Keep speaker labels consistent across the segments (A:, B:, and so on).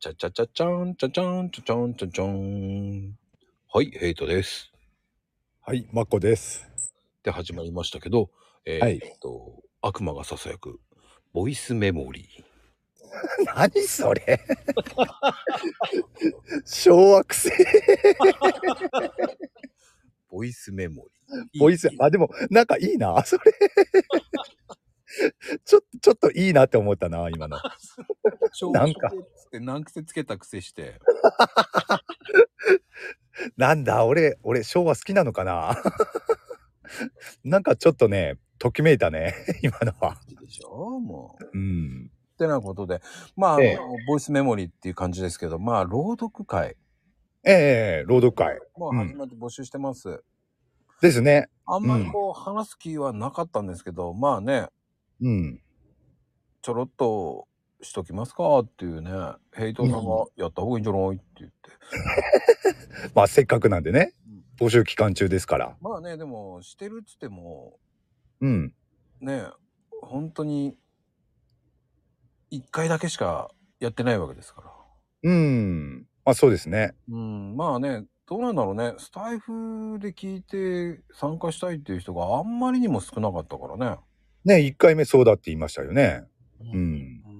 A: ちゃちゃちゃちゃん、ちゃちゃん、ちゃちゃん、ちゃちゃん。はい、ヘイトです。
B: はい、まっこです。
A: で、始まりましたけど、えー
B: はい
A: えっと、悪魔がささやく、ボイスメモリー。
B: 何それ 小惑星
A: ボイスメモリー。
B: ボイス
A: いい。
B: あ、でも、なんかいいな、それ。 ちょっと、ちょっといいなって思ったな、今の。なんか。
A: 難癖つけた癖して。
B: なんだ、俺、俺、昭和好きなのかな なんかちょっとね、ときめいたね、 今のは。
A: でしょもう。
B: うん。
A: ってなことで、まあ、あの
B: ええ
A: ボイスメモリーっていう感じですけど、まあ、朗読会。
B: ええ朗読会。
A: もう始まって募集してます。
B: ですね。
A: あんまりこう、話す気はなかったんですけど、まあね、
B: うん。
A: ちょろっとしときますかっていうね、ヘイトさんがやった方がいいんじゃないって言って。
B: まあ、せっかくなんでね
A: うん、
B: 募集期間中ですから。
A: まあね、でも、してるっつっても、
B: うん。
A: ね、本当に、一回だけしかやってないわけですから。
B: うん。まあ、そうですね。
A: うん、まあね、どうなんだろうね、スタイフで聞いて参加したいっていう人があんまりにも少なかったからね。
B: ね、1回目そうだって言いましたよね。う
A: うん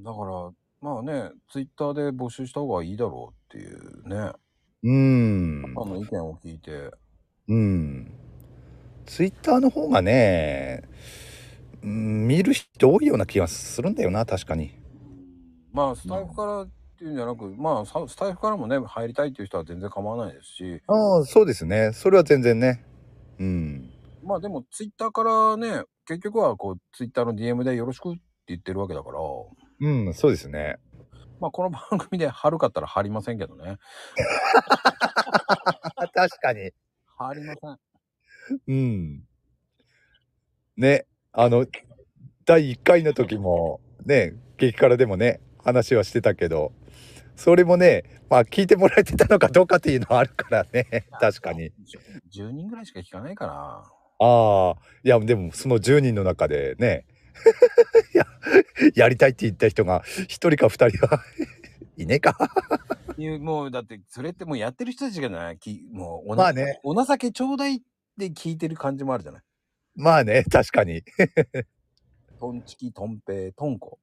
B: ん。
A: だから、まあね、ツイッターで募集した方がいいだろうっていうね、
B: うん。
A: あの意見を聞いて。
B: うん。ツイッターの方がね、うん見る人多いような気がするんだよな、確かに。
A: まあスタイフからっていうんじゃなく、まあさスタイフからもね入りたいっていう人は全然構わないですし
B: ああ、そうですね。それは全然ね。うん。
A: まあでもツイッターからね結局はこうツイッターの DM でよろしくって言ってるわけだから
B: うん、そうですね。
A: まあこの番組で貼るかったら貼りませんけどね
B: あ確かに。
A: 貼りません
B: うん。ね、あの、第1回の時も、ね、激辛でもね、話はしてたけど、それもね、まあ聞いてもらえてたのかどうかっていうのはあるからね、確かに。
A: 10人ぐらいしか聞かないから
B: ああ、いや、でもその10人の中でね、 いややりたいって言った人が1人か2人は いねえか。
A: いうもうだってそれってもうやってる人たちがないきもうお,、
B: まあね、
A: お情けちょうだいで聞いてる感じもあるじゃない
B: まあね、確かに。
A: トンチキトンペイトン コ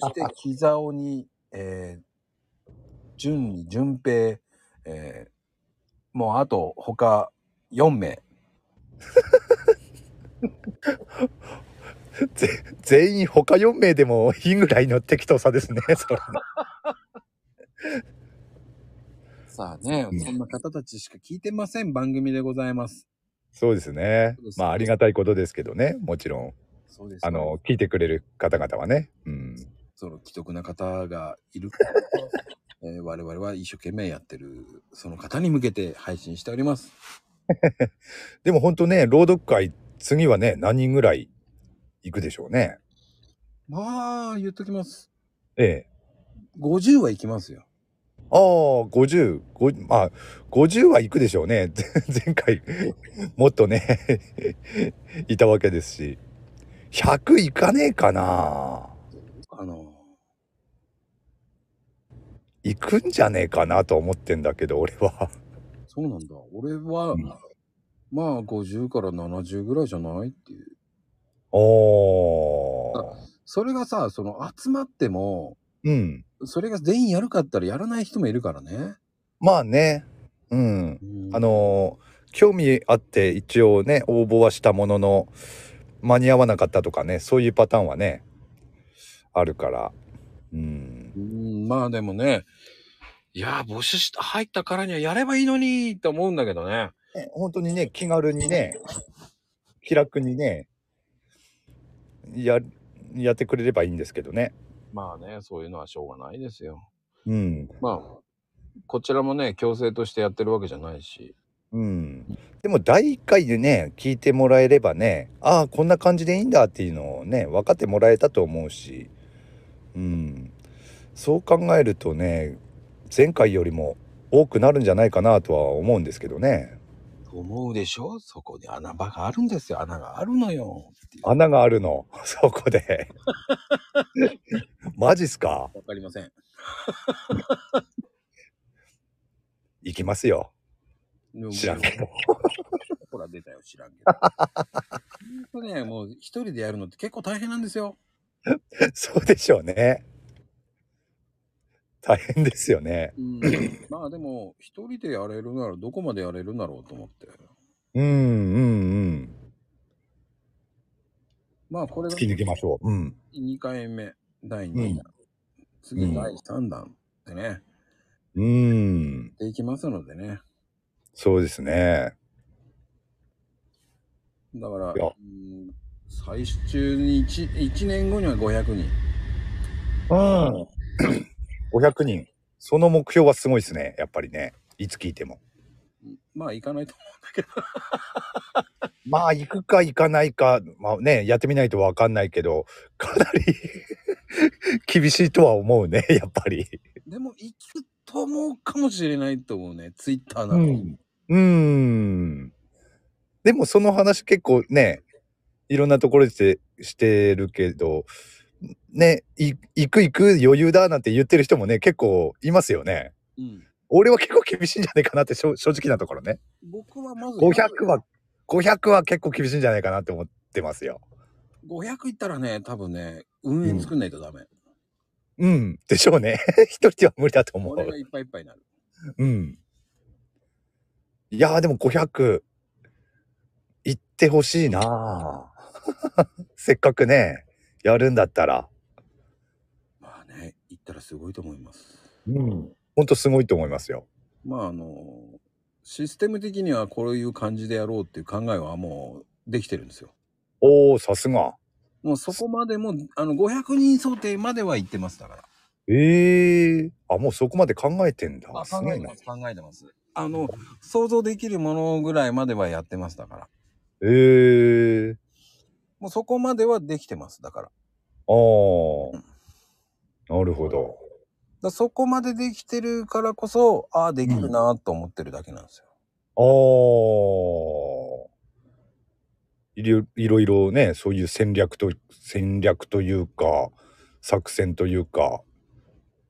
A: そして膝尾にえー、順に順平えー、もうあと他4名
B: ぜ全員他4名でもいいぐらいの適当さですね、 それ
A: さあね、
B: うん
A: そんな方たちしか聞いてません番組でございます
B: そうですね
A: そうです。ね
B: まあありがたいことですけどね、もちろん。
A: そうです
B: あの、聞いてくれる方々はね。うん。
A: その既得な方がいる から、えー我々は一生懸命やってるその方に向けて配信しております
B: でも本当ね、朗読会、次はね、何人ぐらい行くでしょうね。
A: まあ言っときます
B: ええ。
A: 50はいきますよ
B: ああ、50、ごまあ、50は行くでしょうね。 前回、もっとね、 いたわけですし。100いかねえかな
A: あの
B: 行くんじゃねえかなと思ってんだけど、俺は。
A: そうなんだ。俺は、
B: うん
A: まあ50から70ぐらいじゃないっていう。
B: おー。
A: それがさ、その集まっても、
B: うん。
A: それが全員やるかって言ったらやらない人もいるからね。
B: まあね。うん。
A: うん
B: あ、のー興味あって一応ね、応募はしたものの、間に合わなかったとかね、そういうパターンはね、あるから。うん。
A: うん、まあでもね、いやー、募集した、入ったからにはやればいいのにって思うんだけどね。
B: ね本当にね気軽にね気楽にねややってくれればいいんですけどね
A: まあね、そういうのはしょうがないですよ。
B: うん
A: まあ、こちらもね、強制としてやってるわけじゃないし。
B: うんでも第1回でね聞いてもらえればねああこんな感じでいいんだっていうのをね分かってもらえたと思うしうんそう考えるとね前回よりも多くなるんじゃないかなとは思うんですけどね
A: 思うでしょそこに穴場があるんですよ。穴があるのよ。っていうわ
B: 穴があるのそこでマジっすか
A: かりません。
B: 行きますよ。
A: でも
B: 知らんけど。
A: ほら、出たよ、知らんけど。ほんとね、もう一人でやるのって結構大変なんですよ。
B: そうでしょうね。大変ですよね。
A: うん、まあでも、一人でやれるならどこまでやれるんだろうと思って。
B: うんうん
A: まあこれ
B: うん。
A: が
B: 突き抜けましょう。うん。
A: 2回目、第2弾、次第3弾ってね、や
B: うん。
A: っていきますのでね。
B: そうですね。
A: だから、
B: いや
A: うん最終に 1, 年後には500人。
B: うん。500人。その目標はすごいですね。やっぱりね。いつ聞いても。
A: まあいかないと
B: まあ、行くか行かないか、まあね、やってみないとわかんないけど、かなり 厳しいとは思うね、やっぱり。
A: でも行くと思うかもしれないと思うね。ツイッターな
B: う
A: ら。
B: ん。うん。でもその話結構ね、いろんなところでしてしてるけど、ね、い行く行く余裕だなんて言ってる人もね、結構いますよね。
A: うん
B: 俺は結構厳しいんじゃないかなってしょ正直なところね。
A: 僕はまず
B: 500は、500は結構厳しいんじゃないかなって思ってますよ。
A: 500いったらね、多分ね、運営作んないとダメ。
B: うん。でしょうね。 一人では無理だと思う
A: 俺。がいっぱいいっぱいになる。
B: うん。いやーでも500行ってほしいなあ せっかくねやるんだったら、
A: まあね、行ったらすごいと思います。
B: うん、ほんとすごいと思いますよ。
A: まああの、システム的にはこういう感じでやろうっていう考えはもうできてるんですよ。
B: おおさすが。
A: もうそこまでも、あの、500人想定までは行ってますだから。
B: ええあもうそこまで考えてんだ。
A: あ
B: すげ
A: 考
B: え
A: えて
B: な
A: ま。す、考えてます。あの、想像できるものぐらいまではやってますだから。
B: ええ
A: もうそこまではできてますだから。だか
B: ああなるほど。
A: らそこまでできてるからこそ、ああ、できるなと思ってるだけなんですよ。
B: ああいろいろいろねそういう戦略と戦略というか作戦というか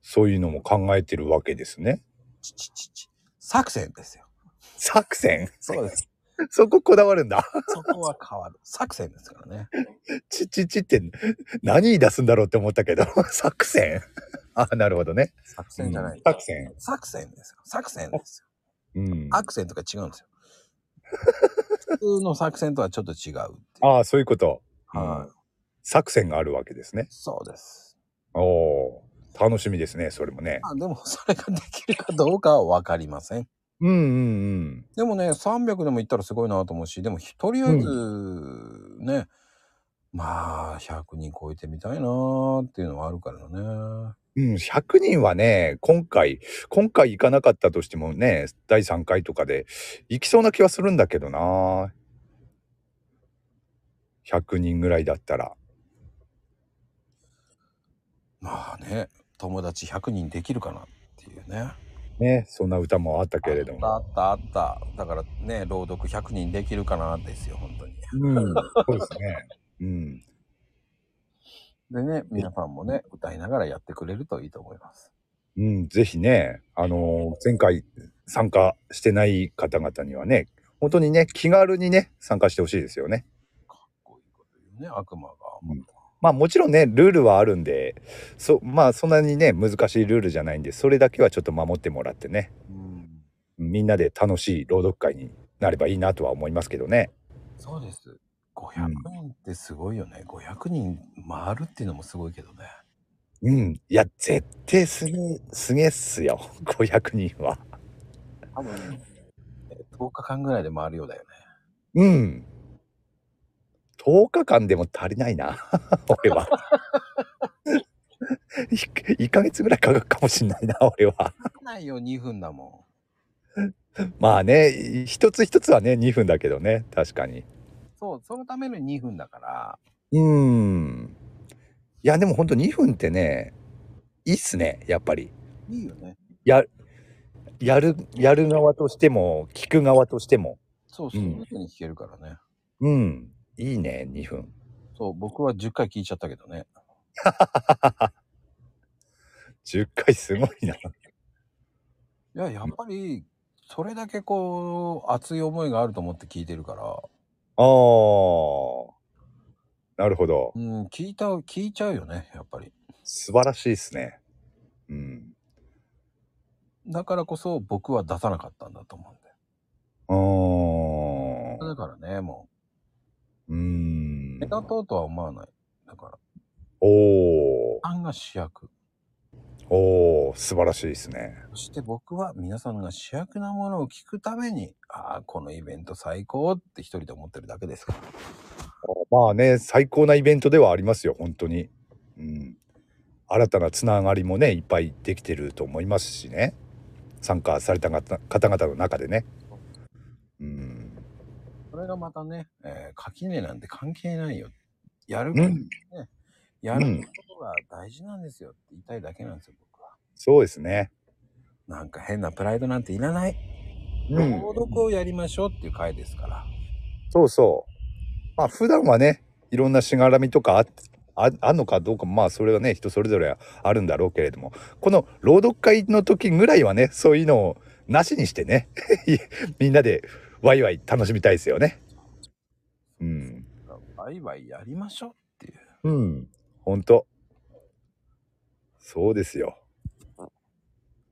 B: そういうのも考えてるわけですね。
A: ちちちち。作戦ですよ。
B: 作戦
A: そうです。
B: そここだわるんだ。
A: そこは変わる。作戦ですからね。
B: ちちちって 何言い出すんだろうって思ったけど 作戦あなるほどね。
A: 作戦じゃない。
B: うん作戦。
A: 作戦ですよ。作戦ですよ。
B: うん、
A: アクセントが違うんですよ。普通の作戦とはちょっと違うっていう。
B: ああそういうこと。
A: はい。
B: 作戦があるわけですね。
A: そうです。
B: おお楽しみですねそれもね。
A: あでもそれができるかどうかは分かりません。
B: うんうん
A: でもね300でもいったらすごいなと思うしでもひとりあえずね、まあ100人超えてみたいなーっていうのはあるからね。
B: うん。うん、100人はね今回今回行かなかったとしてもね第3回とかで行きそうな気はするんだけどな100人ぐらいだったら
A: まあね友達100人できるかなっていうね。
B: ねそんな歌もあったけれども
A: あったあったあっただからね朗読100人できるかなですよ本当に。
B: うん、そうですね。うん。
A: でね皆さんもね歌いながらやってくれるといいと思います。
B: うん、ぜひね、あのー前回参加してない方々にはね、本当にね、気軽にね、参加してほしいですよね。
A: こういうこと言うね悪魔が。
B: うんまあもちろんね、ルールはあるんで、そ、まあそんなにね、難しいルールじゃないんで、それだけはちょっと守ってもらってね、
A: うん
B: みんなで楽しい朗読会になればいいなとは思いますけどね。
A: そうです。500人ってすごいよね。500人回るっていうのもすごいけどね。
B: うん。いや、絶対すげえ、すげえっすよ。500人は。
A: 多分、えー10日間ぐらいで回るようだよね。
B: うん。10日間でも足りないな、 俺は。1ヶ月ぐらいかかるかもしんないな、俺は。
A: ないよ、2分だも
B: まあね、一つ一つはね、2分だけどね、確かに。
A: ん。そう、そのための2分だから。
B: うん。いや、でもほんと2分ってね、いいっすね、やっぱり。
A: いいよね。
B: や、やる、やる側としても、聞く側としても。
A: そうそう、
B: うん
A: 2分に聞けるからね。
B: うん。いいね、2分。
A: そう、僕は10回聞いちゃったけどね。
B: 10回すごいな。
A: いや、やっぱり、それだけこう、熱い思いがあると思って聞いてるから、
B: あー。なるほど。
A: うん、聞いた、聞いちゃうよね、やっぱり。
B: 素晴らしいですね。うん。
A: だからこそ僕は出さなかったんだと思うんだよ。
B: あー。
A: だからね、も
B: うーん
A: う、目。立とうとは思わない。だから、
B: おー。
A: さんが主役。
B: おー、素晴らしいですね。
A: そして僕は皆さんが主役なものを聞くために、ああ、このイベント最高って一人で思ってるだけですから。
B: まあね、最高なイベントではありますよ、本当に。うん。新たなつながりもね、いっぱいできてると思いますしね。参加された方方々の中でね。うん。
A: それがまたね、えー垣根なんて関係ないよ。やる
B: う
A: こと、
B: ん。
A: やることが大事なんですよって言いたいだけなんですよ、僕は。
B: そうですね。
A: なんか変なプライドなんていらない。
B: うん。
A: 朗読をやりましょうっていう回ですから。
B: そうそう。まあ普段はね、いろんなしがらみとかあああんのかどうかもまあそれはね人それぞれあるんだろうけれどもこの朗読会の時ぐらいはねそういうのをなしにしてね みんなでワイワイ楽しみたいですよね。うん。
A: バイバイやりましょうっていう。
B: うん。ほんと。そうですよ。